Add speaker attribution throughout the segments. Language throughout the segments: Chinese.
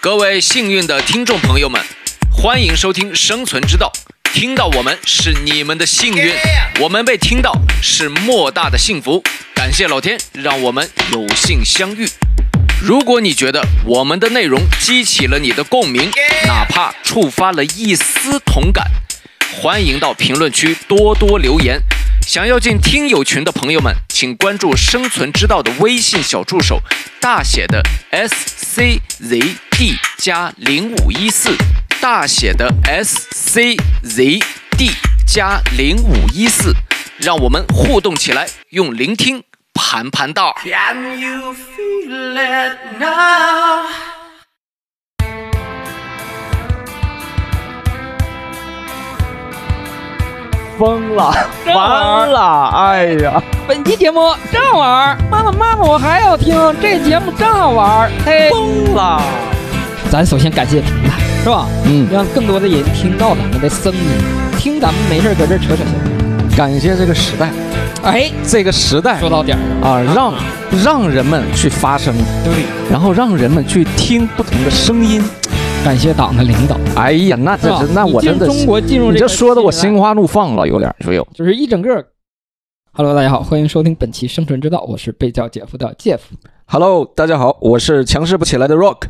Speaker 1: 各位幸运的听众朋友们，欢迎收听《生存之道》。听到我们是你们的幸运，我们被听到是莫大的幸福。感谢老天，让我们有幸相遇。如果你觉得我们的内容激起了你的共鸣，哪怕触发了一丝同感，欢迎到评论区多多留言。想要进听友群的朋友们，请关注“生存之道”的微信小助手，大写的 S C Z D 加零五一四，大写的 S C Z D 加零五一四，让我们互动起来，用聆听盘盘道。
Speaker 2: Can you feel it now?
Speaker 3: 疯了，
Speaker 4: 真玩
Speaker 3: 完了，哎呀，
Speaker 4: 本期节目真好玩儿，妈妈妈妈，我还要听这节目真好玩儿，嘿，
Speaker 3: 疯了！
Speaker 4: 咱首先感谢平台，是吧？
Speaker 3: 嗯，
Speaker 4: 让更多的人听到咱们的声音，听咱们没事儿搁这儿扯扯闲。
Speaker 3: 感谢这个时代，
Speaker 4: 哎，
Speaker 3: 这个时代
Speaker 4: 说到点儿
Speaker 3: 啊，让让人们去发声，
Speaker 4: 对，
Speaker 3: 然后让人们去听不同的声音。
Speaker 4: 感谢党的领导，
Speaker 3: 哎呀，那
Speaker 4: 是
Speaker 3: 这
Speaker 4: 吧
Speaker 3: 是那我
Speaker 4: 你进
Speaker 3: 真的是，
Speaker 4: 中国进入
Speaker 3: 你这
Speaker 4: 个
Speaker 3: 说的我
Speaker 4: 新
Speaker 3: 心
Speaker 4: 时代，
Speaker 3: 花怒放了，有点没有？
Speaker 4: 就是一整个。Hello，大家好，欢迎收听本期《生存之道》，我是被叫姐夫的姐夫。
Speaker 3: Hello，大家好，我是强势不起来的 Rock。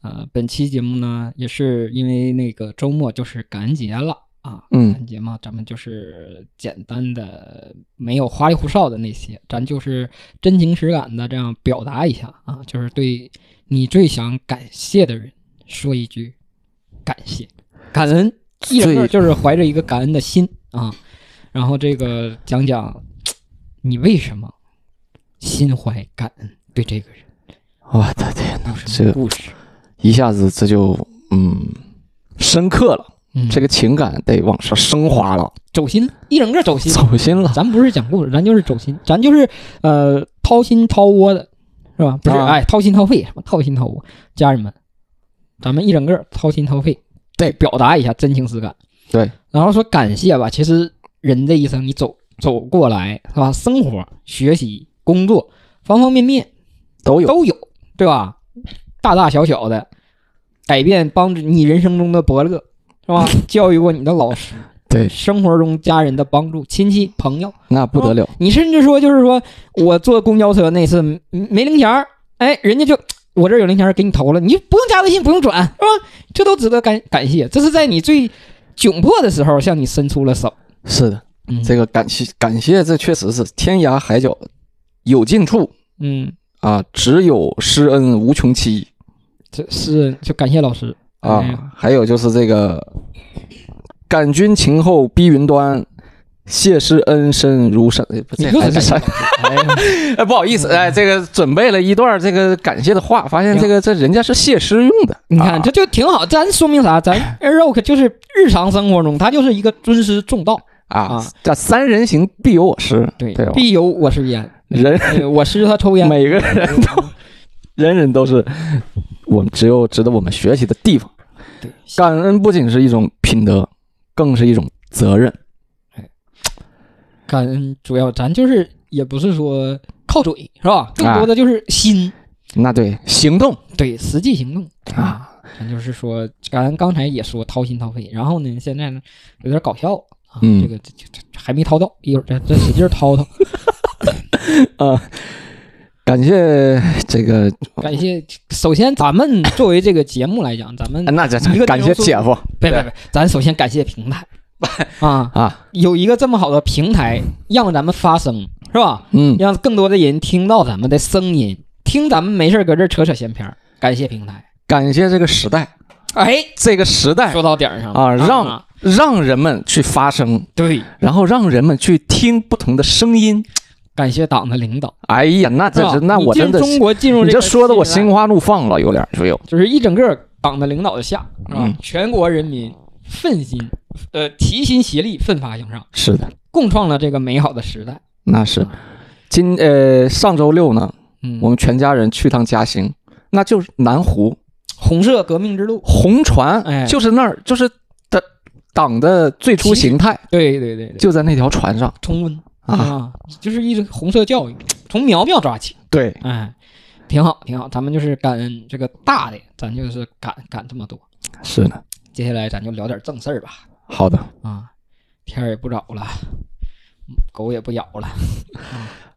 Speaker 4: 啊、本期节目呢，也是因为那个周末就是感恩节了啊，
Speaker 3: 嗯
Speaker 4: 感恩节嘛，咱们就是简单的，没有花里胡哨的那些，咱就是真情实感的这样表达一下啊，就是对你最想感谢的人说一句感谢，感恩，一整个就是怀着一个感恩的心啊，然后这个讲讲你为什么心怀感恩对这个人
Speaker 3: 我的天哪
Speaker 4: 有，什
Speaker 3: 这
Speaker 4: 么
Speaker 3: 个
Speaker 4: 故事？
Speaker 3: 一下子这就嗯深刻了，
Speaker 4: 嗯
Speaker 3: 这个情感得往上升华了，
Speaker 4: 走心，一整个走心。啊
Speaker 3: 走心了。
Speaker 4: 咱不是讲故事，咱就是走心，咱就是呃掏心掏窝的，是吧？不是，
Speaker 3: 啊
Speaker 4: 哎，掏心掏肺，什么掏心掏窝？家人们，咱们一整个掏心掏肺，
Speaker 3: 对
Speaker 4: 表达一下真情实感。
Speaker 3: 对，
Speaker 4: 然后说感谢吧，其实人这一生你走走过来是吧？生活、学习、工作方方面面
Speaker 3: 都有，
Speaker 4: 都有，对吧？大大小小的改变，帮助你人生中的伯乐，是 吧？教育过你的老师，
Speaker 3: 对，
Speaker 4: 生活中家人的帮助，亲戚朋友。
Speaker 3: 那不得了。
Speaker 4: 你甚至说就是说我坐公交车那次没没零钱儿，哎，人家就我这儿有零钱儿给你投了，你就不用加微信，不用转，是吧？这都值得感感谢，这是在你最窘迫的时候向你伸出了手。
Speaker 3: 是的，
Speaker 4: 嗯，
Speaker 3: 这个感谢感谢，这确实是天涯海角有尽处
Speaker 4: 嗯，
Speaker 3: 啊，只有施恩无穷期
Speaker 4: 这是就感谢老师
Speaker 3: 啊。
Speaker 4: 哎呀
Speaker 3: 还有就是这个感君情厚逼云端，谢师恩深如山。哎不
Speaker 4: 你
Speaker 3: 这
Speaker 4: 又
Speaker 3: 还
Speaker 4: 是感谢老
Speaker 3: 还
Speaker 4: 师，哎呀，
Speaker 3: 哎，不好意思，哎，这个准备了一段这个感谢的话，发
Speaker 4: 哎
Speaker 3: 现这个这人家是谢师用的。
Speaker 4: 你看
Speaker 3: 啊
Speaker 4: 这就挺好，咱说明啥？咱 Rock 就是日常生活中他就是一个尊师重道，
Speaker 3: 啊
Speaker 4: 啊，
Speaker 3: 这三人行必有我师，
Speaker 4: 对
Speaker 3: 对吧，哦
Speaker 4: 必有我师焉。
Speaker 3: 人
Speaker 4: 哎我师他 抽烟，
Speaker 3: 每个人都，人人都是我们只有值得我们学习的地方。
Speaker 4: 对
Speaker 3: 感恩不仅是一种品德，更是一种责任。
Speaker 4: 感恩主要咱就是也不是说靠嘴是
Speaker 3: 啊
Speaker 4: 吧？更多的就是心，
Speaker 3: 那对行动
Speaker 4: 对实际行动
Speaker 3: 啊，
Speaker 4: 咱就是说，感恩刚才也说掏心掏肺，然后呢，现在呢有点搞笑了啊，
Speaker 3: 嗯
Speaker 4: 这个这这这这还没掏到，一会儿再再使劲儿 掏掏。
Speaker 3: 感谢这个，
Speaker 4: 感谢，首先咱们作为这个节目来讲，咱们
Speaker 3: 那这
Speaker 4: 嗯一个
Speaker 3: 感
Speaker 4: 内
Speaker 3: 谢
Speaker 4: 容素
Speaker 3: 姐夫
Speaker 4: 别别别，咱首先感谢平 台啊，
Speaker 3: 啊，
Speaker 4: 有一个这么好的平台让咱们发声，是吧？
Speaker 3: 嗯，
Speaker 4: 让更多的人听到咱们的声音，听咱们没事儿搁这儿扯扯闲篇儿。感谢平台，
Speaker 3: 感谢这个时代，
Speaker 4: 哎，
Speaker 3: 这个时代
Speaker 4: 说到点儿上了
Speaker 3: 啊，让让人们去发声，
Speaker 4: 对，
Speaker 3: 然后让人们去听不同的声音。
Speaker 4: 感谢党的领导。
Speaker 3: 哎呀，那这
Speaker 4: 是
Speaker 3: 是
Speaker 4: 吧
Speaker 3: 那
Speaker 4: 你
Speaker 3: 我
Speaker 4: 进
Speaker 3: 真的是，
Speaker 4: 中国进入
Speaker 3: 你
Speaker 4: 这
Speaker 3: 这
Speaker 4: 个
Speaker 3: 说的我
Speaker 4: 新时代
Speaker 3: 心花怒放了，有点是有。
Speaker 4: 就是一整个党的领导的下，是吧
Speaker 3: 嗯
Speaker 4: 全国人民奋心，呃，齐心协力，奋发向上，
Speaker 3: 是的，
Speaker 4: 共创了这个美好的时代。
Speaker 3: 那是嗯今呃上周六呢，
Speaker 4: 嗯，
Speaker 3: 我们全家人去趟嘉兴，那就是南湖
Speaker 4: 红色革命之路，
Speaker 3: 红船，
Speaker 4: 哎
Speaker 3: 就是那儿，就是的党的最初形态
Speaker 4: 对对对对，
Speaker 3: 就在那条船上
Speaker 4: 重温
Speaker 3: 啊。
Speaker 4: 啊，就是一直红色教育，从苗苗抓起，
Speaker 3: 对，
Speaker 4: 哎，挺好，挺好。咱们就是感恩这个大的，咱就是感感这么多。
Speaker 3: 是的，
Speaker 4: 接下来咱就聊点正事儿吧。
Speaker 3: 好的
Speaker 4: 啊，天儿也不早了，狗也不咬了，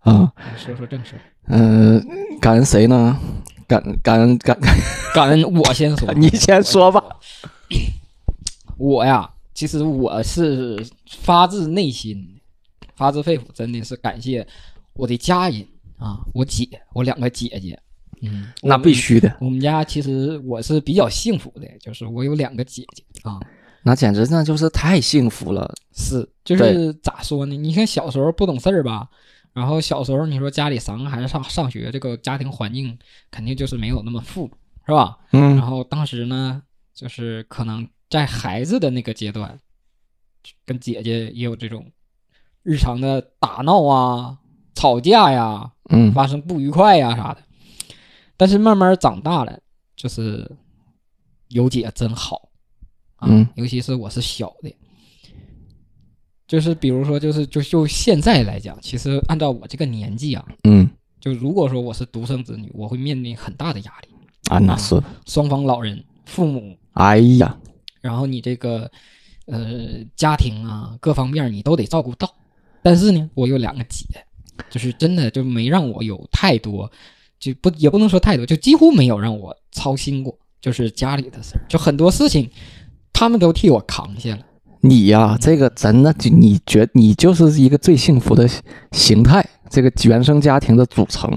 Speaker 3: 啊，
Speaker 4: 说说正事儿。
Speaker 3: 嗯、感恩谁呢？感感恩感，，
Speaker 4: 感恩我先说
Speaker 3: 你先说吧。
Speaker 4: 我呀，其实我是发自内心、发自肺腑，真的是感谢我的家人啊，我姐，我两个姐姐。嗯，
Speaker 3: 那必须的，
Speaker 4: 我们家其实我是比较幸福的，就是我有两个姐姐啊，
Speaker 3: 那简直那就是太幸福了。
Speaker 4: 是，就是咋说呢？你看小时候不懂事儿吧，然后小时候你说家里三个孩子上上学，这个家庭环境肯定就是没有那么富，是吧？然
Speaker 3: 嗯
Speaker 4: 后当时呢，就是可能在孩子的那个阶段，跟姐姐也有这种日常的打闹啊、吵架呀、
Speaker 3: 嗯
Speaker 4: 发生不愉快呀啥的。但是慢慢长大了，就是有姐真好啊，
Speaker 3: 嗯
Speaker 4: 尤其是我是小的。就是比如说，就是就就现在来讲，其实按照我这个年纪啊，
Speaker 3: 嗯
Speaker 4: 就如果说我是独生子女，我会面临很大的压力。
Speaker 3: 啊，那是的。
Speaker 4: 双方老人、父母，
Speaker 3: 哎呀，
Speaker 4: 然后你这个呃家庭啊各方面你都得照顾到。但是呢，我有两个姐，就是真的就没让我有太多，就不也不能说太多，就几乎没有让我操心过，就是家里的事儿，就很多事情他们都替我扛下了。
Speaker 3: 你呀、这个真的就你觉你就是一个最幸福的形态，这个原生家庭的组成，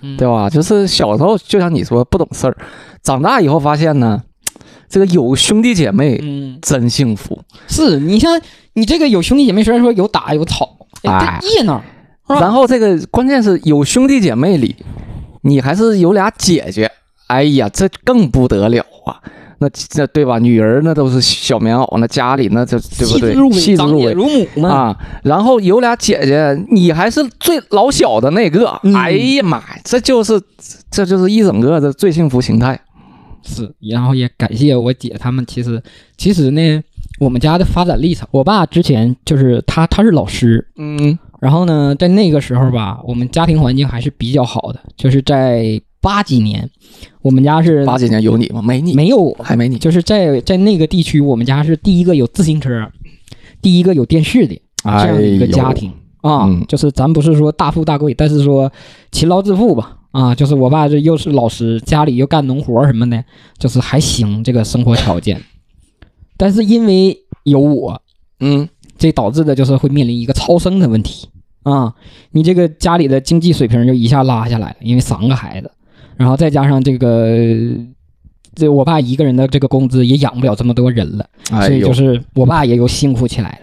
Speaker 4: 嗯
Speaker 3: 对哦吧？就是小时候就像你说不懂事儿，长大以后发现呢，这个有兄弟姐妹
Speaker 4: 嗯，
Speaker 3: 真幸福。
Speaker 4: 是你像你这个有兄弟姐妹，虽然说有打有吵，
Speaker 3: 哎
Speaker 4: 哎，这热闹是吧？
Speaker 3: 然后这个关键是有兄弟姐妹里，你还是有俩姐姐，哎呀，这更不得了啊！那这对吧？女儿那都是小棉袄，那家里那就对不
Speaker 4: 妻子
Speaker 3: 对
Speaker 4: 入？
Speaker 3: 细
Speaker 4: 母，
Speaker 3: 致
Speaker 4: 长
Speaker 3: 入
Speaker 4: 姐
Speaker 3: 微。
Speaker 4: 如母嘛。
Speaker 3: 啊，然后有俩姐姐，你还是最老小的那个，
Speaker 4: 嗯
Speaker 3: 哎呀妈呀，这就是这就是一整个的最幸福形态。
Speaker 4: 是，然后也感谢我姐他们。其实，其实呢，我们家的发展历程，我爸之前就是他，他是老师。
Speaker 3: 嗯
Speaker 4: 然后呢，在那个时候吧，我们家庭环境还是比较好的，就是在八几年，我们家是
Speaker 3: 八几年有你吗？没你，
Speaker 4: 没有我，
Speaker 3: 还没你。
Speaker 4: 就是在在那个地区，我们家是第一个有自行车，第一个有电视的这样的一个家庭。啊，
Speaker 3: 嗯
Speaker 4: 就是咱不是说大富大贵，但是说勤劳致富吧。啊，就是我爸这又是老师，家里又干农活什么的，就是还行这个生活条件。但是因为有我，
Speaker 3: 嗯，
Speaker 4: 这导致的就是会面临一个超生的问题啊。你这个家里的经济水平就一下拉下来了，因为三个孩子，然后再加上这个这我爸一个人的这个工资也养不了这么多人了。
Speaker 3: 哎
Speaker 4: 所以
Speaker 3: 呦，
Speaker 4: 就是我爸也有辛苦起来了。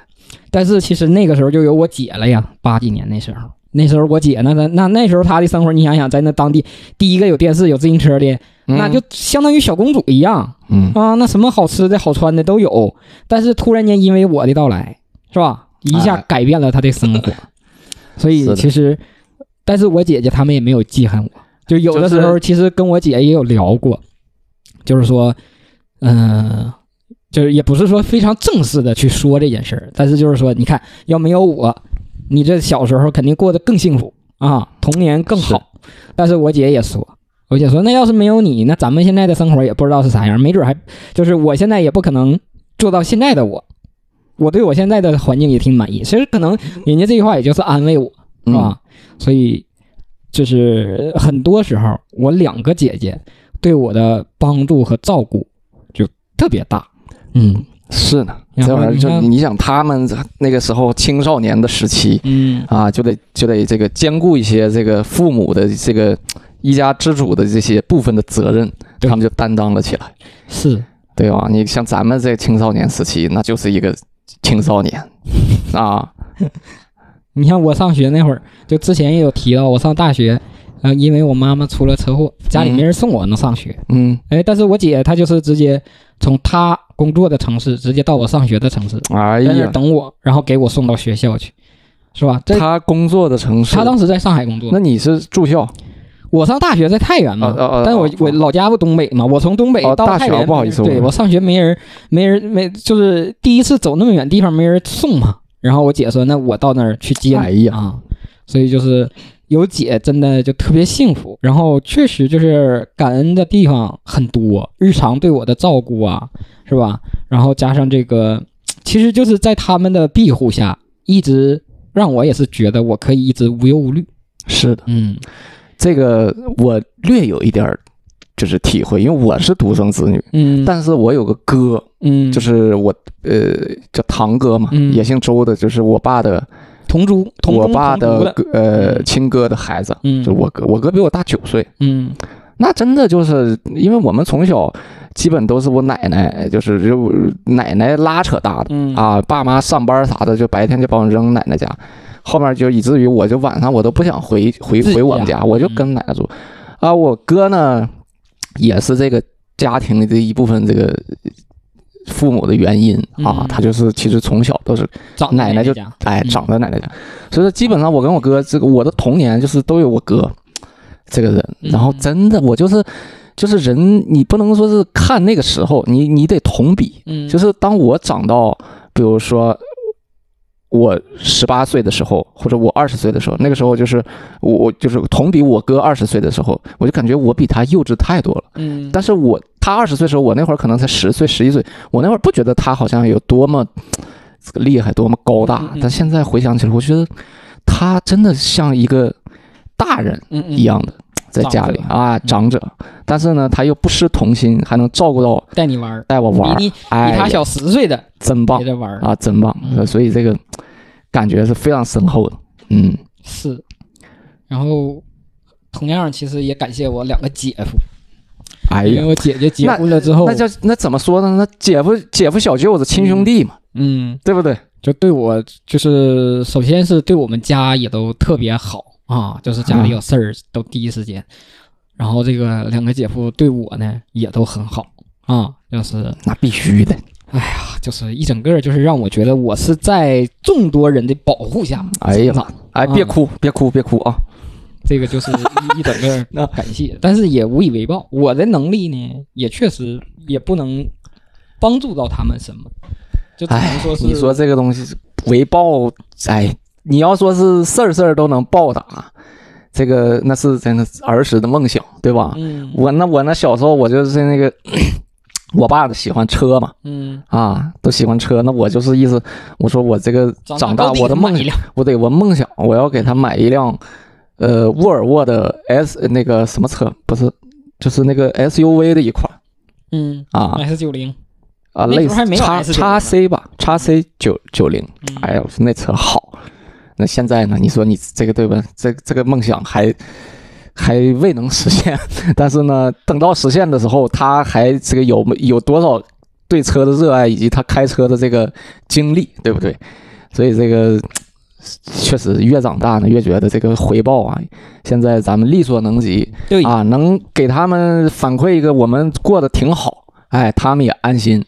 Speaker 4: 但是其实那个时候就有我姐了呀，八几年那时候，那时候我姐那那那那时候她的生活，你想想，在那当地第一个有电视、有自行车的，
Speaker 3: 嗯
Speaker 4: 那就相当于小公主一样
Speaker 3: 嗯
Speaker 4: 啊，那什么好吃的好穿的都有。但是突然间因为我的到来，是吧，一下
Speaker 3: 哎
Speaker 4: 改变了她的生活。所
Speaker 3: 是
Speaker 4: 以
Speaker 3: 的
Speaker 4: 其实，但是我姐姐他们也没有记恨我，就有的
Speaker 3: 就
Speaker 4: 时
Speaker 3: 是
Speaker 4: 候其实跟我姐也有聊过，就是说，嗯、就是也不是说非常正式的去说这件事儿，但是就是说，你看，要没有我，你这小时候肯定过得更幸福啊，童年更好。但是我姐也说，我姐说，那要是没有你，那咱们现在的生活也不知道是啥样，没准还就是我现在也不可能做到现在的我。我对我现在的环境也挺满意，其实可能人家这句话也就是安慰我，是
Speaker 3: 嗯
Speaker 4: 吧？所以就是很多时候，我两个姐姐对我的帮助和照顾就特别大。嗯
Speaker 3: 是呢，
Speaker 4: 然
Speaker 3: 这
Speaker 4: 后
Speaker 3: 玩意儿
Speaker 4: 你
Speaker 3: 就
Speaker 4: 看
Speaker 3: 你想他们那个时候青少年的时期
Speaker 4: 嗯，
Speaker 3: 啊，就得就得这个兼顾一些这个父母的这个一家之主的这些部分的责任，他
Speaker 4: 对
Speaker 3: 们就担当了起来。
Speaker 4: 是
Speaker 3: 对吧？你像咱们这个青少年时期，那就是一个青少 年啊，
Speaker 4: 你像我上学那会儿，就之前也有提到，我上大学，呃，因为我妈妈出了车祸，家里没人送我能上学。
Speaker 3: 嗯，
Speaker 4: 哎，但是我姐她就是直接从她工作的城市直接到我上学的城市，
Speaker 3: 哎
Speaker 4: 在那儿
Speaker 3: 呀，
Speaker 4: 等我，然后给我送到学校去，是吧？这
Speaker 3: 他工作的城市，
Speaker 4: 她当时在上海工作
Speaker 3: 那，你是住校
Speaker 4: 我上大学在太原嘛，
Speaker 3: 哦哦哦
Speaker 4: 但我
Speaker 3: 哦
Speaker 4: 我老家不东北嘛，我从东北
Speaker 3: 哦
Speaker 4: 到
Speaker 3: 大
Speaker 4: 太
Speaker 3: 学
Speaker 4: 原，
Speaker 3: 不好意思
Speaker 4: 对
Speaker 3: 我
Speaker 4: 我上学没人没人没就是第一次走那么远地方没人送嘛，然后我姐说那我到那儿去接你，
Speaker 3: 哎呀
Speaker 4: 啊，所以就是有姐真的就特别幸福。然后确实就是感恩的地方很多，日常对我的照顾啊，是吧？然后加上这个，其实就是在他们的庇护下，一直让我也是觉得我可以一直无忧无虑。
Speaker 3: 是的，
Speaker 4: 嗯
Speaker 3: 这个我略有一点儿就是体会，因为我是独生子女，
Speaker 4: 嗯，
Speaker 3: 但是我有个哥，
Speaker 4: 嗯
Speaker 3: 就是我呃叫堂哥嘛，
Speaker 4: 嗯
Speaker 3: 也姓周的，就是我爸的，
Speaker 4: 同珠同
Speaker 3: 我
Speaker 4: 宗
Speaker 3: 爸
Speaker 4: 同族的，
Speaker 3: 的哥呃
Speaker 4: 嗯
Speaker 3: 亲哥的孩子，
Speaker 4: 嗯
Speaker 3: 就我哥，我哥比我大九岁，
Speaker 4: 嗯
Speaker 3: 那真的就是因为我们从小基本都是我奶奶，就是就奶奶拉扯大的
Speaker 4: 嗯
Speaker 3: 啊，爸妈上班啥的，就白天就把我扔奶奶家，后面就以至于我就晚上我都不想回回
Speaker 4: 自己
Speaker 3: 回我们
Speaker 4: 家
Speaker 3: 家，我就
Speaker 4: 嗯
Speaker 3: 跟奶奶住。啊，我哥呢也是这个家庭的一部分这个父母的原因啊，
Speaker 4: 嗯
Speaker 3: 他就是其实从小都是
Speaker 4: 长
Speaker 3: 奶奶
Speaker 4: 奶
Speaker 3: 就
Speaker 4: 家
Speaker 3: 哎
Speaker 4: 嗯
Speaker 3: 长在奶奶家，所以说基本上我跟我哥这个我的童年就是都有我哥这个人，
Speaker 4: 嗯
Speaker 3: 然后真的我就是就是人，你不能说是看那个时候，你你得同比，
Speaker 4: 嗯
Speaker 3: 就是当我长到比如说我十八岁的时候，或者我二十岁的时候，那个时候就是我我就是同比我哥二十岁的时候，我就感觉我比他幼稚太多了。
Speaker 4: 嗯
Speaker 3: 但是我他二十岁的时候，我那会儿可能才十岁、十一岁，我那会儿不觉得他好像有多么这个厉害、多么高大
Speaker 4: 嗯嗯。嗯
Speaker 3: 但现在回想起来，我觉得他真的像一个大人
Speaker 4: 嗯嗯
Speaker 3: 一样的，在家里
Speaker 4: 长者
Speaker 3: 啊，长者。但是呢，他又不失童心，还能照顾到
Speaker 4: 带你玩儿，
Speaker 3: 带我玩儿
Speaker 4: 比，你比
Speaker 3: 哎
Speaker 4: 他
Speaker 3: 呀，
Speaker 4: 小十岁的
Speaker 3: 真棒
Speaker 4: 也在玩儿，
Speaker 3: 啊，真棒！
Speaker 4: 嗯
Speaker 3: 所以这个感觉是非常深厚的。嗯，
Speaker 4: 是。然后同样其实也感谢我两个姐夫，
Speaker 3: 哎
Speaker 4: 因为
Speaker 3: 呀。
Speaker 4: 我姐姐结婚了之后
Speaker 3: 那，叫那怎么说呢？那姐夫姐夫小舅子亲兄弟嘛，
Speaker 4: 嗯，
Speaker 3: 对不对？
Speaker 4: 就对我就是首先是对我们家也都特别好啊，就是家
Speaker 3: 嗯
Speaker 4: 里有事儿都第一时间。然后这个两个姐夫对我呢也都很好啊，就是
Speaker 3: 那必须的
Speaker 4: 就是一整个就是让我觉得我是在众多人的保护下，
Speaker 3: 哎呀妈！哎，别
Speaker 4: 嗯
Speaker 3: 哭，别哭，别哭啊！
Speaker 4: 这个就是一一整
Speaker 3: 那
Speaker 4: 个感谢，但是也无以为报。我的能力呢，也确实也不能帮助到他们什么，就只能
Speaker 3: 哎
Speaker 4: 说，是
Speaker 3: 你说这个东西为报，哎，你要说是事儿事儿都能报答，这个那是真的儿时的梦想，对吧？
Speaker 4: 嗯
Speaker 3: 我那我那小时候我就是那个， 我爸喜欢车嘛，
Speaker 4: 嗯，
Speaker 3: 啊，都喜欢车，那我就是意思，我说我这个长大
Speaker 4: 高低
Speaker 3: 我的
Speaker 4: 是买
Speaker 3: 梦
Speaker 4: 一辆，
Speaker 3: 我得我梦想，我要给他买一辆，呃，沃尔沃的 S 呃那个什么车，不是，就是那个 SUV 的一款
Speaker 4: 嗯
Speaker 3: 啊
Speaker 4: ，S 九零，
Speaker 3: 啊，
Speaker 4: 那时候
Speaker 3: 类似
Speaker 4: 还没有
Speaker 3: 叉
Speaker 4: S90
Speaker 3: 叉 C 吧，叉 C 九九零，
Speaker 4: 嗯
Speaker 3: 哎呦，那车好。那现在呢？你说你这个对吧？这这个梦想还还未能实现，但是呢，等到实现的时候，他还这个有有多少对车的热爱，以及他开车的这个经历，对不对？所以这个确实越长大呢，越觉得这个回报啊，现在咱们力所能及
Speaker 4: 对，
Speaker 3: 啊，能给他们反馈一个我们过得挺好，哎，他们也安心。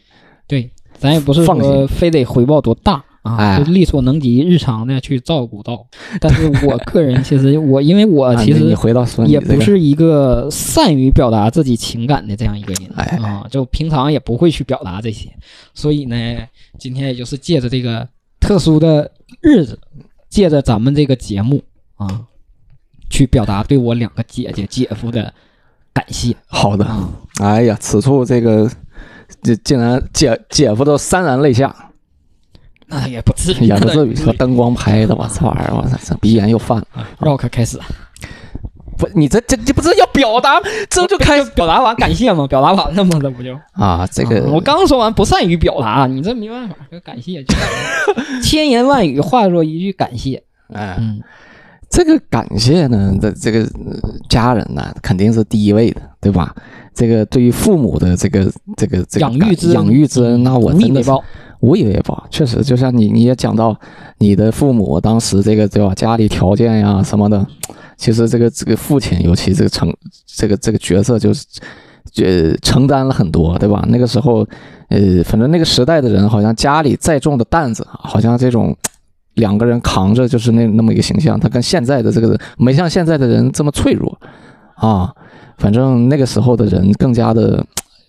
Speaker 4: 对，咱也不是
Speaker 3: 放
Speaker 4: 说
Speaker 3: 心
Speaker 4: 非得回报多大啊，
Speaker 3: 哎
Speaker 4: 就力所能及，日常的去照顾 到。但是我个人其实我因为我
Speaker 3: 啊
Speaker 4: 其
Speaker 3: 你你
Speaker 4: 实
Speaker 3: 回到说你
Speaker 4: 也
Speaker 3: 这
Speaker 4: 不
Speaker 3: 个，
Speaker 4: 是一个善于表达自己情感的这样一个人，
Speaker 3: 哎
Speaker 4: 啊、就平常也不会去表达这些，所以呢，今天也就是借着这个特殊的日子，借着咱们这个节目啊，去表达对我两个姐姐姐夫的感谢
Speaker 3: 好的。
Speaker 4: 啊，
Speaker 3: 哎呀，此处这个这竟然姐姐夫都潸然泪下，
Speaker 4: 那也不至于，
Speaker 3: 也不
Speaker 4: 那
Speaker 3: 至于和灯光拍的，我这玩意儿，我操，这鼻炎又犯了。
Speaker 4: 啊绕开开始，
Speaker 3: 不，你这这这不是要表达，这就开
Speaker 4: 表达完感谢嘛，表达完了嘛，这不就
Speaker 3: 啊？这个、
Speaker 4: 啊我刚说完不善于表达，啊你这没办法，这感谢就是 千言万语化作一句感谢，
Speaker 3: 哎，
Speaker 4: 嗯。
Speaker 3: 这个感谢呢，这这个呃家人呢、肯定是第一位的，对吧？这个对于父母的这个这个这个
Speaker 4: 养育
Speaker 3: 感
Speaker 4: 之恩嗯
Speaker 3: 养育之恩，那我
Speaker 4: 无以
Speaker 3: 真的
Speaker 4: 为
Speaker 3: 是
Speaker 4: 报。
Speaker 3: 无以为报，确实，就像你你也讲到你的父母当时这个对吧，家里条件呀什么的，其实这个这个父亲尤其这个承这个这个角色就是呃承担了很多，对吧？那个时候，呃，反正那个时代的人好像家里再重的担子，啊好像这种。两个人扛着就是那那么一个形象，他跟现在的这个人没像现在的人这么脆弱啊。反正那个时候的人更加的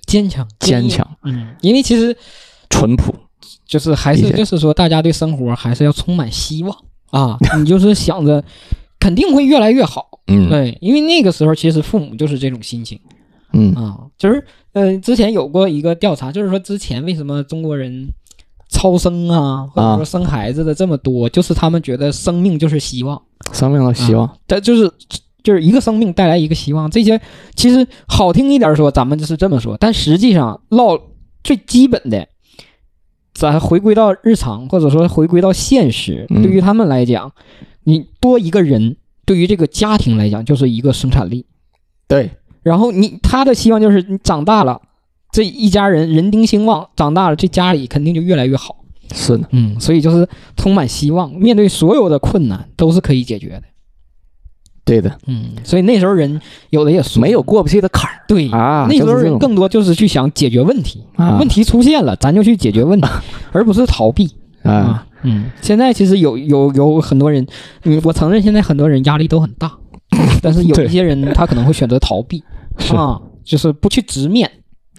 Speaker 4: 坚强，
Speaker 3: 坚强、
Speaker 4: 嗯，因为其实
Speaker 3: 淳朴，
Speaker 4: 就是还
Speaker 3: 理
Speaker 4: 是
Speaker 3: 解
Speaker 4: 就是说，大家对生活还是要充满希望啊。你就是想着肯定会越来越好。
Speaker 3: 嗯
Speaker 4: 对，因为那个时候其实父母就是这种心情
Speaker 3: 嗯
Speaker 4: 啊，就是呃，之前有过一个调查，就是说之前为什么中国人超生啊，或者
Speaker 3: 啊
Speaker 4: 说生孩子的这么多，就是他们觉得生命就是希望。
Speaker 3: 生命的希望，
Speaker 4: 但就是就是一个生命带来一个希望。这些其实好听一点说，咱们就是这么说，但实际上唠最基本的，咱回归到日常，或者说回归到现实，
Speaker 3: 嗯
Speaker 4: 对于他们来讲，你多一个人，对于这个家庭来讲就是一个生产力。
Speaker 3: 对，
Speaker 4: 然后你他的希望就是你长大了，这一家人人丁兴旺，长大了这家里肯定就越来越好。
Speaker 3: 是的，
Speaker 4: 嗯，所以就是充满希望，面对所有的困难都是可以解决的。
Speaker 3: 对的，
Speaker 4: 嗯，所以那时候人有的也怂
Speaker 3: 没有过不去的坎儿
Speaker 4: 对
Speaker 3: 啊
Speaker 4: 那时候
Speaker 3: 就是这
Speaker 4: 人
Speaker 3: 种
Speaker 4: 更多就是去想解决问题，
Speaker 3: 啊
Speaker 4: 问题出现了，咱就去解决问题，而不是逃避
Speaker 3: 啊，
Speaker 4: 啊。嗯，现在其实有有有很多人，嗯，我承认现在很多人压力都很 大，但是有
Speaker 3: 对
Speaker 4: 一些人他可能会选择逃避
Speaker 3: 是
Speaker 4: 啊，就是不去直面。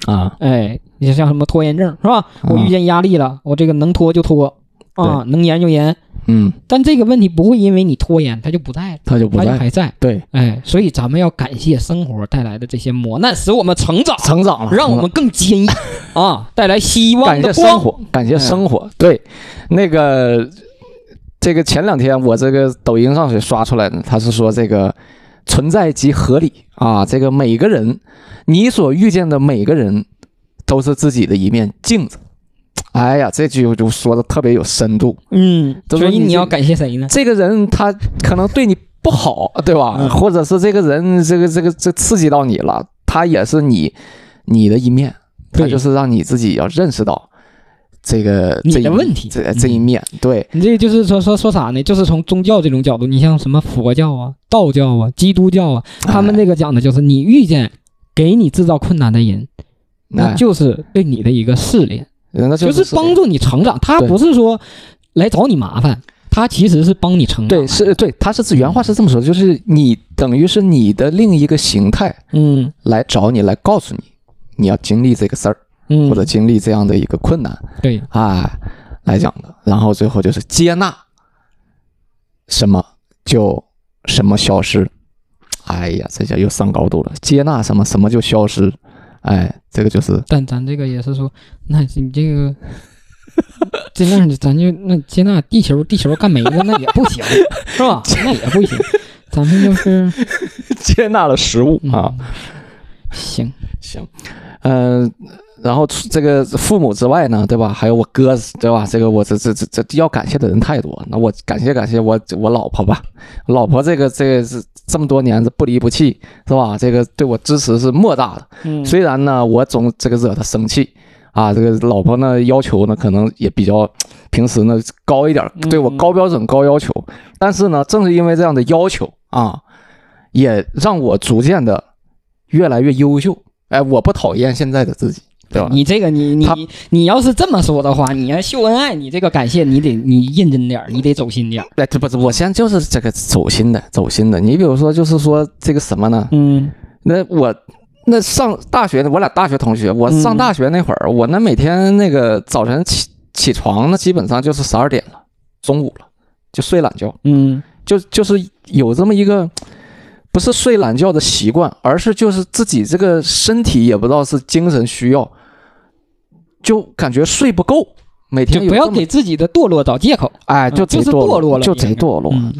Speaker 3: 啊，
Speaker 4: 哎，你像什么拖延症是吧？我
Speaker 3: 啊
Speaker 4: 遇见压力了，我这个能拖就拖啊，能延就延，
Speaker 3: 嗯，
Speaker 4: 但这个问题不会因为你拖延它就不在了，
Speaker 3: 他就不
Speaker 4: 它就
Speaker 3: 在，
Speaker 4: 还在。
Speaker 3: 对，
Speaker 4: 哎，所以咱们要感谢生活带来的这些磨难，使我们成长，
Speaker 3: 成长了，
Speaker 4: 让我们更 坚毅啊，带来希望
Speaker 3: 感
Speaker 4: 的
Speaker 3: 谢生
Speaker 4: 光。
Speaker 3: 活，感谢生活。对，那个这个前两天我这个抖音上是刷出来的，他是说这个存在即合理啊，这个每个人你所遇见的每个人都是自己的一面镜子。哎呀，这句我就说的特别有深度。
Speaker 4: 嗯，
Speaker 3: 都
Speaker 4: 所
Speaker 3: 说
Speaker 4: 以
Speaker 3: 你
Speaker 4: 你
Speaker 3: 这
Speaker 4: 要感谢谁呢？
Speaker 3: 这个人他可能对你不好，对吧？
Speaker 4: 嗯
Speaker 3: 或者是这个人这个这个这刺激到你了，他也是你你的一面，他
Speaker 4: 对
Speaker 3: 就是让你自己要认识到这个
Speaker 4: 你的
Speaker 3: 这一
Speaker 4: 问题
Speaker 3: 这
Speaker 4: 嗯
Speaker 3: 这一面，对
Speaker 4: 你这就是说说说啥呢？就是从宗教这种角度，你像什么佛教啊、道教啊、基督教啊，他们
Speaker 3: 哎
Speaker 4: 那个讲的就是你遇见给你制造困难的人，那
Speaker 3: 哎
Speaker 4: 就是对你的一个试炼，
Speaker 3: 人家
Speaker 4: 就是是帮助你成长。他
Speaker 3: 对
Speaker 4: 不是说来找你麻烦，他其实是帮你成长。
Speaker 3: 对，是对，他是原话是这么说，就是你等于是你的另一个形态
Speaker 4: 嗯
Speaker 3: 来找你，来告诉你你要经历这个事儿，
Speaker 4: 嗯，
Speaker 3: 或者经历这样的一个困难，
Speaker 4: 对，
Speaker 3: 啊来讲的。然后最后就是接纳什么就什么消失。哎呀，这下又上高度了，接纳什么什么就消失。哎，这个就是
Speaker 4: 但咱这个也是说，那你这个这样的，咱就那接纳地球，地球干没了那也不行，是吧？那也不行，咱们就是、
Speaker 3: 接纳了食物
Speaker 4: 嗯、
Speaker 3: 啊。，
Speaker 4: 行，
Speaker 3: 行，嗯、然后除这个父母之外呢，对吧？还有我哥，对吧？这个我这这这这要感谢的人太多，那我感谢感谢我我老婆吧，老婆这个这个是这么多年是不离不弃，是吧？这个对我支持是莫大的。
Speaker 4: 嗯
Speaker 3: 虽然呢，我总这个惹他生气啊，这个老婆呢要求呢可能也比较平时呢高一点，对我
Speaker 4: 嗯
Speaker 3: 高标准高要求，但是呢，正是因为这样的要求啊，也让我逐渐的越来越优秀。哎，我不讨厌现在的自己，对吧？
Speaker 4: 你这个你你
Speaker 3: 他
Speaker 4: 你要是这么说的话，你要秀恩爱，你这个感谢你得你认真点儿，你得走心点儿。
Speaker 3: 哎，这不是，我现在就是这个走心的，走心的。你比如说，就是说这个什么呢？
Speaker 4: 嗯
Speaker 3: 那我那上大学，我俩大学同学，我上
Speaker 4: 嗯
Speaker 3: 大学那会儿，我那每天那个早晨起起床，那基本上就是十二点了，中午了就睡懒觉，
Speaker 4: 嗯
Speaker 3: 就就是有这么一个。不是睡懒觉的习惯，而是就是自己这个身体也不知道是精神需要，就感觉睡不够，每天
Speaker 4: 就
Speaker 3: 有
Speaker 4: 不要
Speaker 3: 这么
Speaker 4: 给自己的堕落找借口。
Speaker 3: 哎，就
Speaker 4: 嗯
Speaker 3: 贼
Speaker 4: 就是
Speaker 3: 堕
Speaker 4: 堕落了
Speaker 3: 就
Speaker 4: 已经
Speaker 3: 贼堕落。
Speaker 4: 嗯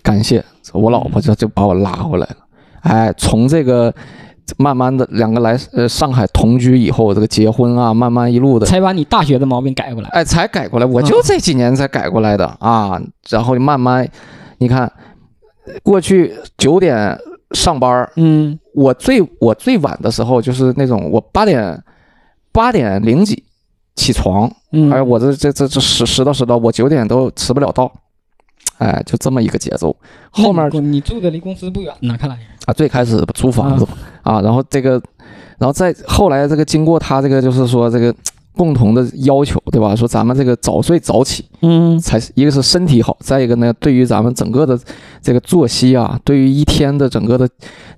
Speaker 3: 感谢我老婆就就把我拉回来了。哎，从这个慢慢的两个来呃上海同居以后，这个结婚啊，慢慢一路的，
Speaker 4: 才把你大学的毛病改过来。
Speaker 3: 哎，才改过来。我就这几年才改过来的啊，然后就慢慢，你看，过去九点上班儿，
Speaker 4: 嗯
Speaker 3: 我最我最晚的时候就是那种我八点八点零几起床，
Speaker 4: 嗯，
Speaker 3: 哎，我这这这这拾拾掇拾掇，我九点都迟不了到，哎，就这么一个节奏。
Speaker 4: 那
Speaker 3: 后面
Speaker 4: 你你住的离公司不远呢，看来是。
Speaker 3: 啊，最开始租房子嘛啊，然后这个，然后再后来这个经过他这个就是说这个共同的要求，对吧？说咱们这个早睡早起
Speaker 4: 嗯
Speaker 3: 才一个是身体好，再一个呢，对于咱们整个的这个作息啊，对于一天的整个的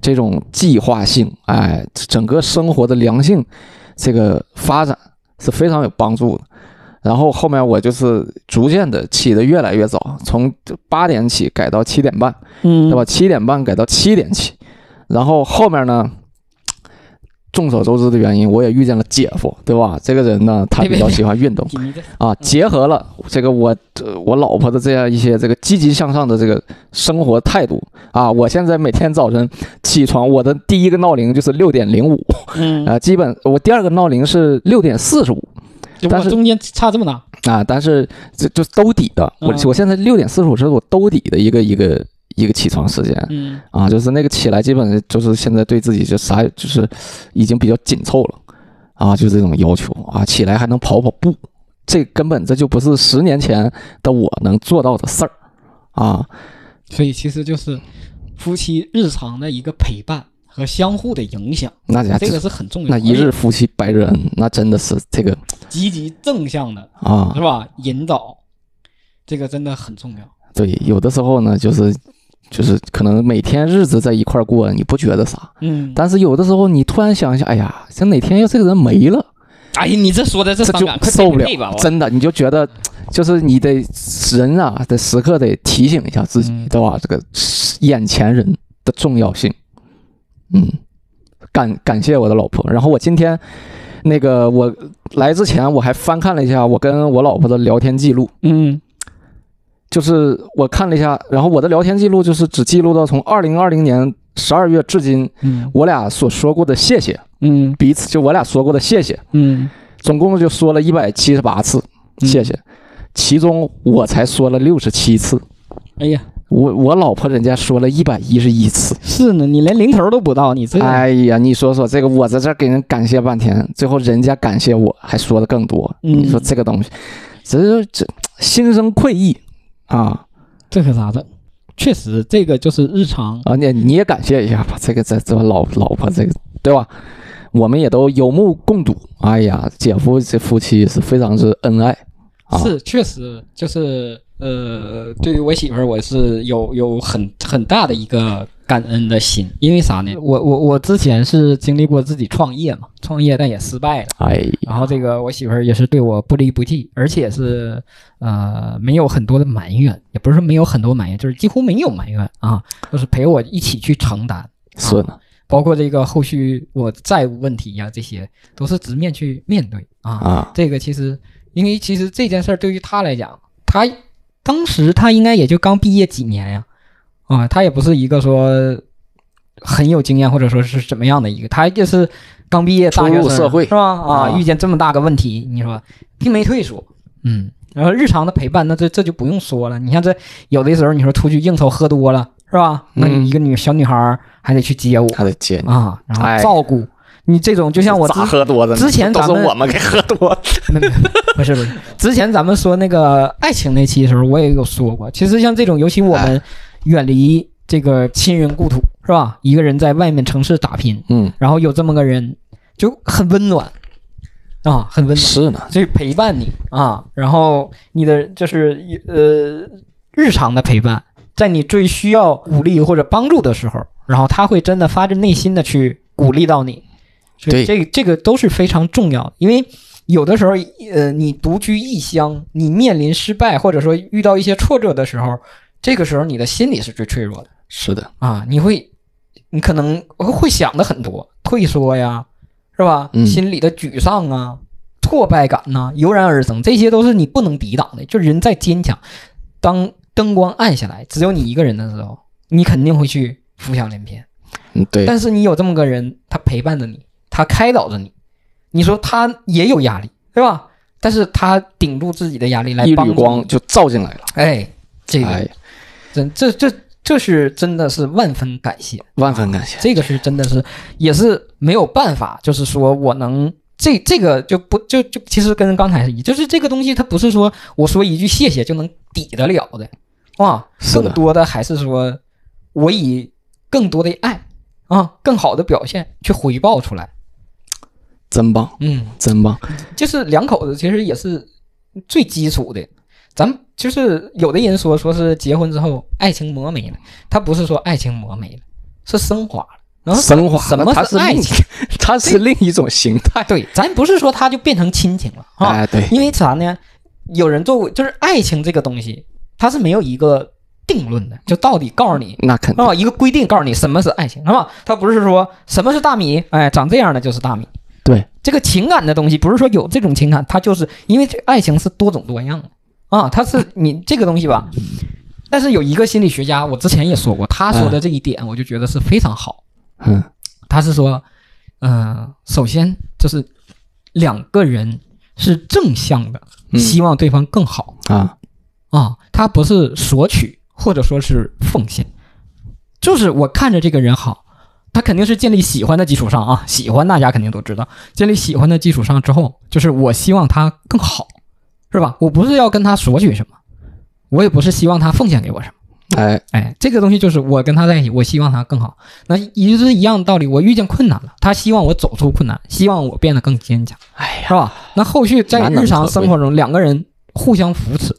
Speaker 3: 这种计划性，哎，整个生活的良性这个发展是非常有帮助的。然后后面我就是逐渐的起的越来越早，从八点起改到七点半，
Speaker 5: 嗯，
Speaker 3: 对吧？？七点半改到七点起，然后后面呢，众所周知的原因，我也遇见了姐夫，对吧？这个人呢，他比较喜欢运动
Speaker 4: 你这
Speaker 3: 啊，结合了这个我呃我老婆的这样一些这个积极向上的这个生活态度啊，我现在每天早晨起床，我的第一个闹铃就是六点零五
Speaker 5: 嗯，
Speaker 3: 啊，基本我第二个闹铃是六点四十五但
Speaker 4: 我
Speaker 3: 是
Speaker 4: 中间差这么大，
Speaker 3: 啊，但是这就兜底的，我
Speaker 4: 嗯
Speaker 3: 我现在六点四十五是我兜底的一个一个一个起床时间，
Speaker 4: 嗯，
Speaker 3: 啊，就是那个起来，基本上就是现在对自己就啥，就是已经比较紧凑了啊，就这种要求啊，起来还能跑跑步，这根本这就不是十年前的我能做到的事儿啊。
Speaker 4: 所以其实就是夫妻日常的一个陪伴和相互的影响，
Speaker 3: 那家
Speaker 4: 这个是很重要的。
Speaker 3: 哎那一日夫妻百日恩，那真的是这个
Speaker 4: 积极正向的，
Speaker 3: 啊
Speaker 4: 是，吧？引导，这个真的很重要。
Speaker 3: 对，有的时候呢，就是就是可能每天日子在一块儿过，你不觉得啥，
Speaker 4: 嗯，
Speaker 3: 但是有的时候你突然想一下，哎呀，这哪天要这个人没了。
Speaker 4: 哎呀，你这说的这
Speaker 3: 这
Speaker 4: 伤
Speaker 3: 就
Speaker 4: 感，快
Speaker 3: 受不
Speaker 4: 配配吧
Speaker 3: 了，真的，你就觉得就是你得人啊，得时刻得提醒一下自己，
Speaker 4: 嗯
Speaker 3: 对吧？这个眼前人的重要性，嗯，感感谢我的老婆。然后我今天那个我来之前，我还翻看了一下我跟我老婆的聊天记录，
Speaker 5: 嗯，
Speaker 3: 就是我看了一下，然后我的聊天记录就是只记录到从二零二零年十二月至今，
Speaker 5: 嗯，
Speaker 3: 我俩所说过的谢谢，
Speaker 5: 嗯，
Speaker 3: 彼此就我俩说过的谢谢，
Speaker 5: 嗯，
Speaker 3: 总共就说了一百七十八次，
Speaker 5: 嗯
Speaker 3: 谢谢。其中我才说了六十七次，
Speaker 5: 哎呀，
Speaker 3: 我我老婆人家说了一百一十一次。
Speaker 5: 是呢，你连零头都不到，你这，
Speaker 3: 哎呀，你说说这个，我在这儿给人感谢半天，最后人家感谢我还说的更多。
Speaker 5: 嗯
Speaker 3: 你说这个东西，这这心生愧意啊
Speaker 4: 这可咋整？确实，这个就是日常，
Speaker 3: 啊！你你也感谢一下吧，这个这这老老婆这个对吧？我们也都有目共睹。哎呀，姐夫这夫妻是非常之恩爱啊。
Speaker 4: 是确实就是呃，对于我媳妇儿，我是有有很很大的一个感恩的心，因为啥呢？我我我之前是经历过自己创业嘛，创业但也失败了。
Speaker 3: 哎呀，
Speaker 4: 然后这个我媳妇儿也是对我不离不弃，而且是呃没有很多的埋怨，也不是没有很多埋怨，就是几乎没有埋怨啊，就是陪我一起去承担，
Speaker 3: 顺啊
Speaker 4: 包括这个后续我债务问题呀、这些都是直面去面对啊。
Speaker 3: 啊！
Speaker 4: 这个其实，因为其实这件事儿对于他来讲，他当时他应该也就刚毕业几年呀，啊，他也不是一个说很有经验或者说是怎么样的一个，他就是刚毕业大学
Speaker 3: 初入
Speaker 4: 生
Speaker 3: 社会
Speaker 4: 是吧？啊，
Speaker 3: 啊
Speaker 4: 遇见这么大个问题，你说并没退缩，嗯，然后日常的陪伴，那这这就不用说了，你像这有的时候你说出去应酬喝多了是吧？那
Speaker 3: 嗯
Speaker 4: 你一个女小女孩儿还得去接我
Speaker 3: 他得接你。
Speaker 4: 啊，然
Speaker 3: 哎
Speaker 4: 后照顾。你这种就像我之
Speaker 3: 咋喝多的呢？
Speaker 4: 之前
Speaker 3: 都
Speaker 4: 咱
Speaker 3: 是
Speaker 4: 们
Speaker 3: 我们给喝多的。
Speaker 4: 没 没 不是不是，之前咱们说那个爱情那期的时候，我也有说
Speaker 3: 哎
Speaker 4: 过，其实像这种，尤其我们远离这个亲人故土，是吧？一个人在外面城市打拼，
Speaker 3: 嗯，
Speaker 4: 然后有这么个人，就很温暖啊，很温暖。
Speaker 3: 是呢，
Speaker 4: 所以陪伴你啊，然后你的就是呃日常的陪伴，在你最需要鼓励或者帮助的时候，然后他会真的发自内心的去鼓励到你，所以
Speaker 3: 对
Speaker 4: 这个这个都是非常重要的，因为有的时候呃你独居异乡，你面临失败或者说遇到一些挫折的时候，这个时候你的心理是最脆弱的。
Speaker 3: 是的，
Speaker 4: 啊，你会，你可能会想的很多，退缩呀，是吧？
Speaker 3: 嗯
Speaker 4: 心里的沮丧啊、挫败感呐、油然而生，这些都是你不能抵挡的。就人再坚强，当灯光暗下来，只有你一个人的时候，你肯定会去浮想联翩。
Speaker 3: 嗯，对，
Speaker 4: 但是你有这么个人，他陪伴着你，他开导着你，你说他也有压力，对吧？但是他顶住自己的压力来
Speaker 3: 一
Speaker 4: 帮
Speaker 3: 缕
Speaker 4: 助
Speaker 3: 光
Speaker 4: 你，
Speaker 3: 就照进来了。
Speaker 4: 哎，这
Speaker 3: 哎
Speaker 4: 个，真这这这是真的是万分感谢。
Speaker 3: 万分感谢。
Speaker 4: 这个是真的是也是没有办法，就是说我能这这个就不就就其实跟刚才是一，就是这个东西它不是说我说一句谢谢就能抵得了的，啊，
Speaker 3: 是的
Speaker 4: 更多的还是说我以更多的爱啊，更好的表现去回报出来，
Speaker 3: 真棒，
Speaker 4: 嗯，
Speaker 3: 真棒。
Speaker 4: 就是两口子其实也是最基础的。咱们就是有的人说，说是结婚之后爱情磨没了，他不是说爱情磨没了，是升华了，然后
Speaker 3: 升华
Speaker 4: 啊什
Speaker 3: 了
Speaker 4: 么
Speaker 3: 它
Speaker 4: 是
Speaker 3: 是
Speaker 4: 爱
Speaker 3: 另
Speaker 4: 情？
Speaker 3: 它是另一种形态。
Speaker 4: 对，咱不是说它就变成亲情了啊，
Speaker 3: 哎，对，
Speaker 4: 因为啥呢？有人做过，就是爱情这个东西，它是没有一个定论的，就到底告诉你
Speaker 3: 那肯定
Speaker 4: 啊、一个规定告诉你什么是爱情，是吧？它不是说什么是大米，哎，长这样的就是大米。
Speaker 3: 对，
Speaker 4: 这个情感的东西，不是说有这种情感，它就是因为这爱情是多种多样的啊，它是你这个东西吧。但是有一个心理学家，我之前也说过，他说的这一点，我就觉得是非常好。
Speaker 3: 嗯
Speaker 4: 他是说，嗯，首先就是两个人是正向的，
Speaker 3: 嗯
Speaker 4: 希望对方更好
Speaker 3: 啊，
Speaker 4: 啊，他不是索取或者说是奉献，就是我看着这个人好，他肯定是建立喜欢的基础上啊，喜欢大家肯定都知道，建立喜欢的基础上之后，就是我希望他更好，是吧？我不是要跟他索取什么，我也不是希望他奉献给我什么。
Speaker 3: 哎，
Speaker 4: 哎，这个东西就是我跟他在一起，我希望他更好。那也是一样的道理，我遇见困难了，他希望我走出困难，希望我变得更坚强，
Speaker 3: 哎呀，
Speaker 4: 是吧？那后续在
Speaker 3: 难能
Speaker 4: 日常
Speaker 3: 可贵
Speaker 4: 生活中，两个人互相扶持，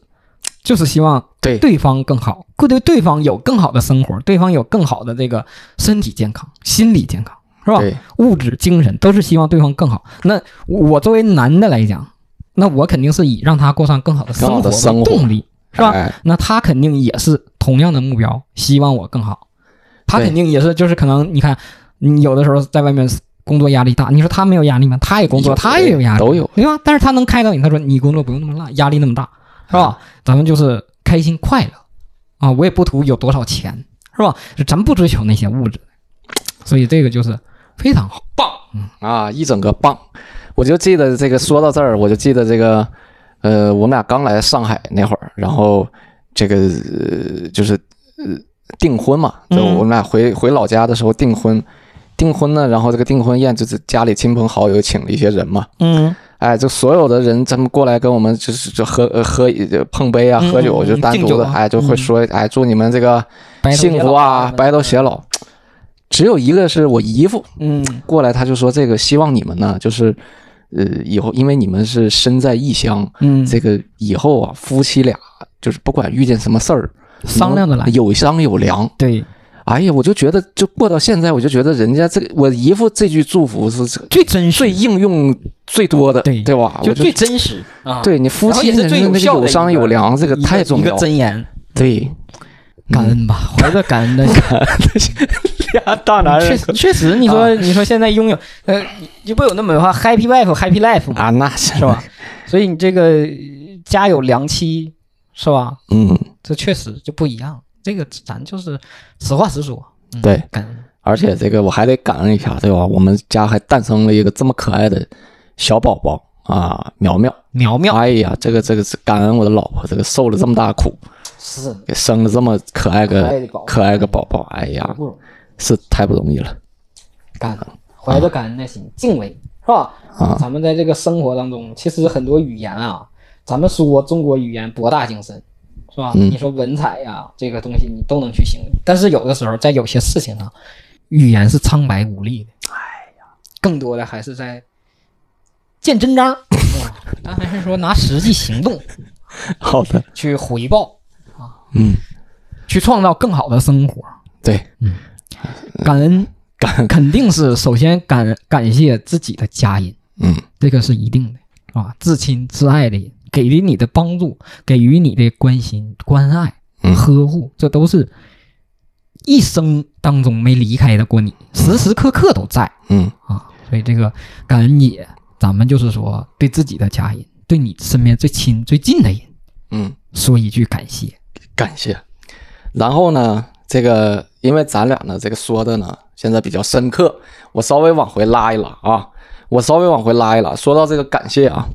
Speaker 4: 就是希望
Speaker 3: 对
Speaker 4: 对方更好，会对对方有更好的生活，对方有更好的这个身体健康、心理健康，是吧？
Speaker 3: 对，
Speaker 4: 物质、精神都是希望对方更好。那我作为男的来讲，那我肯定是以让他过上更好的生
Speaker 3: 更好
Speaker 4: 活
Speaker 3: 的
Speaker 4: 为
Speaker 3: 生活
Speaker 4: 动力，是吧？
Speaker 3: 哎
Speaker 4: 那他肯定也是同样的目标，希望我更好。他
Speaker 3: 对
Speaker 4: 肯定也是，就是可能你看，你有的时候在外面工作压力大，你说他没有压力吗？他也工作，
Speaker 3: 有
Speaker 4: 他也有压力，
Speaker 3: 都有，
Speaker 4: 对吧？但是他能开导你，他说你工作不用那么大，压力那么大，是
Speaker 3: 啊
Speaker 4: 吧？咱们就是开心快乐啊，我也不图有多少钱，是吧？咱不追求那些物质，所以这个就是非常好，棒。
Speaker 3: 啊，一整个棒！我就记得这个，说到这儿，我就记得这个，呃，我们俩刚来上海那会儿，然后这个、呃就是呃订婚嘛，就
Speaker 4: 嗯
Speaker 3: 我们俩回回老家的时候订婚，订婚呢，然后这个订婚宴就是家里亲朋好友请了一些人嘛，
Speaker 4: 嗯，
Speaker 3: 哎，就所有的人咱们过来跟我们就是就喝呃喝一就碰杯啊，
Speaker 4: 嗯
Speaker 3: 喝酒
Speaker 4: 嗯
Speaker 3: 就单
Speaker 4: 敬
Speaker 3: 独
Speaker 4: 酒
Speaker 3: 的，
Speaker 4: 啊
Speaker 3: 哎，就会
Speaker 4: 嗯
Speaker 3: 说哎祝你们这个
Speaker 4: 白头偕
Speaker 3: 幸
Speaker 4: 老嗯
Speaker 3: 福啊，白头
Speaker 4: 老。
Speaker 3: 偕老。只有一个是我姨夫，
Speaker 4: 嗯
Speaker 3: 过来，他就说这个希望你们呢，就是呃以后因为你们是身在异乡，
Speaker 4: 嗯，
Speaker 3: 这个以后啊夫妻俩就是不管遇见什么事儿，
Speaker 4: 商量着来
Speaker 3: 能，有商有量。
Speaker 4: 对，
Speaker 3: 哎呀，我就觉得就过到现在，我就觉得人家这个我姨夫这句祝福是这
Speaker 4: 最真
Speaker 3: 最
Speaker 4: 实，
Speaker 3: 应用最多的，
Speaker 4: 对
Speaker 3: 对吧？
Speaker 4: 就
Speaker 3: 我就
Speaker 4: 最真实啊。
Speaker 3: 对你夫
Speaker 4: 然后
Speaker 3: 妻
Speaker 4: 也是
Speaker 3: 人
Speaker 4: 最有
Speaker 3: 那个
Speaker 4: 效的
Speaker 3: 有
Speaker 4: 一
Speaker 3: 商
Speaker 4: 个
Speaker 3: 有量，这个
Speaker 4: 一
Speaker 3: 太重
Speaker 4: 一
Speaker 3: 要
Speaker 4: 个
Speaker 3: 了。嗯
Speaker 4: 真言，
Speaker 3: 对，
Speaker 4: 感恩吧，怀着感 恩的心。
Speaker 3: 俩大啊
Speaker 4: 确实确实，你说你说现在拥有，呃，就不有那么文化，Happy wife Happy life 嘛，
Speaker 3: 啊，那是
Speaker 4: 是？ 吧？所以你这个家有良妻，是吧？
Speaker 3: 嗯，
Speaker 4: 这确实就不一样。这个咱就是实话实说，嗯
Speaker 3: 对，
Speaker 4: 感恩。
Speaker 3: 而且这个我还得感恩一下，对吧？我们家还诞生了一个这么可爱的小宝宝啊，苗苗。
Speaker 4: 苗苗
Speaker 3: 哎呀，这个这个是感恩我的老婆，这个受了这么大苦，
Speaker 4: 是
Speaker 3: 给生了这么可爱
Speaker 4: 可爱
Speaker 3: 个
Speaker 4: 的宝宝
Speaker 3: 可爱个宝宝。哎呀，
Speaker 4: 不容易，
Speaker 3: 是太不容易了
Speaker 4: 感恩，怀着感恩的心，敬畏，是吧？
Speaker 3: 啊！
Speaker 4: 咱们在这个生活当中，其实很多语言啊，咱们说中国语言博大精深，是吧？
Speaker 3: 嗯
Speaker 4: 你说文采呀、这个东西你都能去形容，但是有的时候在有些事情上，语言是苍白无力的。哎呀，更多的还是在见真章，是吧咱还是说拿实际行动
Speaker 3: 好的，
Speaker 4: 去回报，啊
Speaker 3: 嗯，
Speaker 4: 去创造更好的生活。
Speaker 3: 对，
Speaker 4: 感恩
Speaker 3: 嗯感恩，
Speaker 4: 肯定是首先感感谢自己的家人。
Speaker 3: 嗯，
Speaker 4: 这个是一定的，是吧？至亲至爱的人给予你的帮助，给予你的关心、关爱、
Speaker 3: 嗯
Speaker 4: 呵护，这都是一生当中没离开的过你，时时刻刻都在
Speaker 3: 嗯，
Speaker 4: 啊。所以这个感恩也，咱们就是说对自己的家人，对你身边最亲最近的人
Speaker 3: 嗯，
Speaker 4: 说一句感谢。
Speaker 3: 感谢。然后呢，这个因为咱俩呢，这个说的呢，现在比较深刻，我稍微往回拉一拉啊，我稍微往回拉一拉。说到这个感谢啊，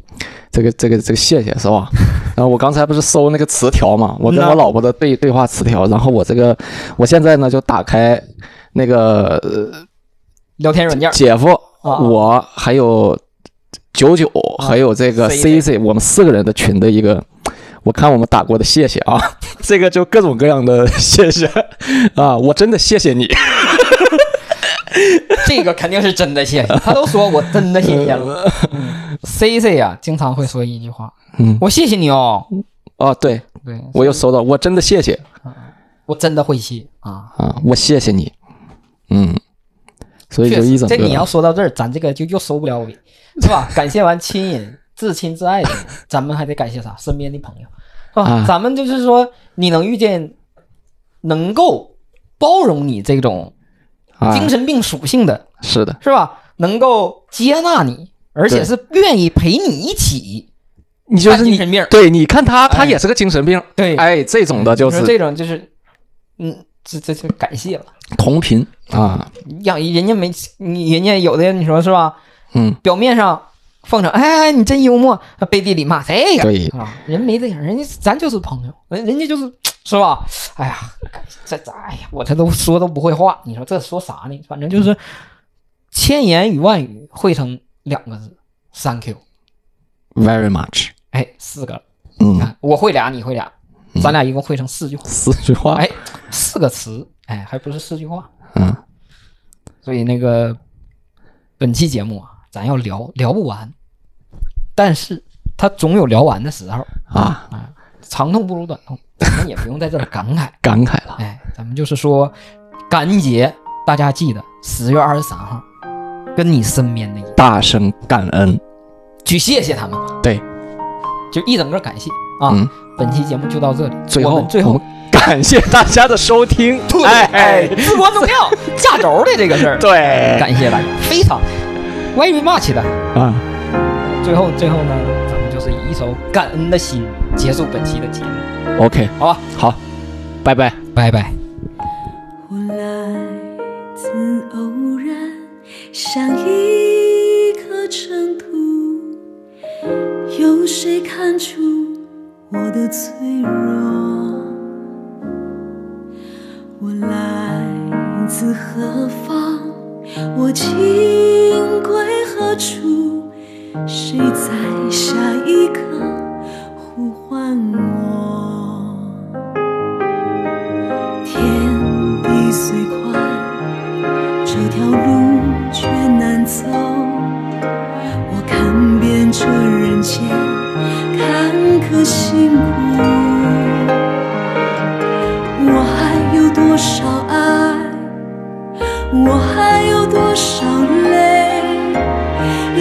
Speaker 3: 这个这个这个谢谢是吧？ 然后我刚才不是搜那个词条嘛，我跟我老婆的对对话词条，然后我这个我现在呢就打开那个呃
Speaker 4: 聊天软件
Speaker 3: 姐夫，
Speaker 4: 啊
Speaker 3: 我还有九九，还有这个
Speaker 4: CC
Speaker 3: CC，我们四个人的群的一个。我看我们打过的谢谢啊， 这个就各种各样的谢 谢啊，我真的谢谢你。
Speaker 4: 这个肯定是真的谢 谢，他都说我真的谢谢了。C 嗯 C 呀，经常会说一句话，
Speaker 3: 嗯
Speaker 4: 我谢谢你哦。
Speaker 3: 哦，对
Speaker 4: 对，
Speaker 3: 我又收到，我真的谢谢
Speaker 4: 我真的会谢啊。
Speaker 3: 啊，我谢谢你。嗯，所以
Speaker 4: 确
Speaker 3: 就
Speaker 4: 实
Speaker 3: 一整
Speaker 4: 这
Speaker 3: 个
Speaker 4: 你要说到这儿，咱这个就又收不了尾， 是吧？感谢完亲人、至亲至爱的人，咱们还得感谢啥？身边的朋友，是吧？
Speaker 3: 啊
Speaker 4: 咱们就是说，你能遇见能够包容你这种
Speaker 3: 啊，
Speaker 4: 精神病属性的，
Speaker 3: 是的，
Speaker 4: 是吧？能够接纳你，而且
Speaker 3: 对
Speaker 4: 是愿意陪你一起。
Speaker 3: 你就是
Speaker 4: 精
Speaker 3: 你
Speaker 4: 神病儿
Speaker 3: 对，你看他，他
Speaker 4: 哎
Speaker 3: 也是个精神病，
Speaker 4: 对
Speaker 3: 哎，这种的就
Speaker 4: 你
Speaker 3: 是
Speaker 4: 说这种就是，嗯，这这就感谢了。
Speaker 3: 同频啊，
Speaker 4: 让人家没你，人家有的你说是吧？
Speaker 3: 嗯，
Speaker 4: 表面上奉承，哎，你真幽默，背地里骂这个
Speaker 3: 对，
Speaker 4: 啊，人没这样，人家咱就是朋友，人人家就是是吧？哎呀，这这，哎呀，我这都说都不会话，你说这说啥呢？反正就是千言与万语汇成两个字，thank you。
Speaker 3: very much，
Speaker 4: 哎，四个了，你
Speaker 3: 嗯，
Speaker 4: 看我会俩，你会俩，咱俩一共汇成四句话，
Speaker 3: 四句话，
Speaker 4: 哎，四个词，哎，还不是四句话。
Speaker 3: 嗯，
Speaker 4: 所以那个本期节目啊，咱要聊聊不完，但是它总有聊完的时候，
Speaker 3: 啊，
Speaker 4: 长痛不如短痛，咱们也不用在这儿感慨，
Speaker 3: 感慨了，
Speaker 4: 哎，咱们就是说，感恩节大家记得十月二十三号，跟你身边的人
Speaker 3: 大声感恩，
Speaker 4: 去谢谢他们吧，
Speaker 3: 对，
Speaker 4: 就一整个感谢啊。
Speaker 3: 嗯
Speaker 4: 本期节目就到这里，
Speaker 3: 最
Speaker 4: 我
Speaker 3: 后
Speaker 4: 们最后
Speaker 3: 我们感谢大家的收听，哎
Speaker 4: 哎，至关重 要，下轴的这个事儿，
Speaker 3: 对，
Speaker 4: 感谢大家，非常 very much 的。
Speaker 3: 啊，
Speaker 4: 最后，最后呢，咱们就是以一首感恩的心结束本期的节目，
Speaker 3: OK，
Speaker 4: 好吧？
Speaker 3: 好，拜拜。
Speaker 4: 拜拜。
Speaker 2: 我来自偶然，像一颗尘土，有谁看出我的脆弱？我来自何方？我情归何处？谁在下一刻呼唤我？天地虽宽，这条路却难走。我看遍这人间坎坷辛苦，我还有多少爱？我还有多少泪？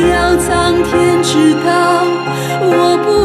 Speaker 2: 要苍天知道我不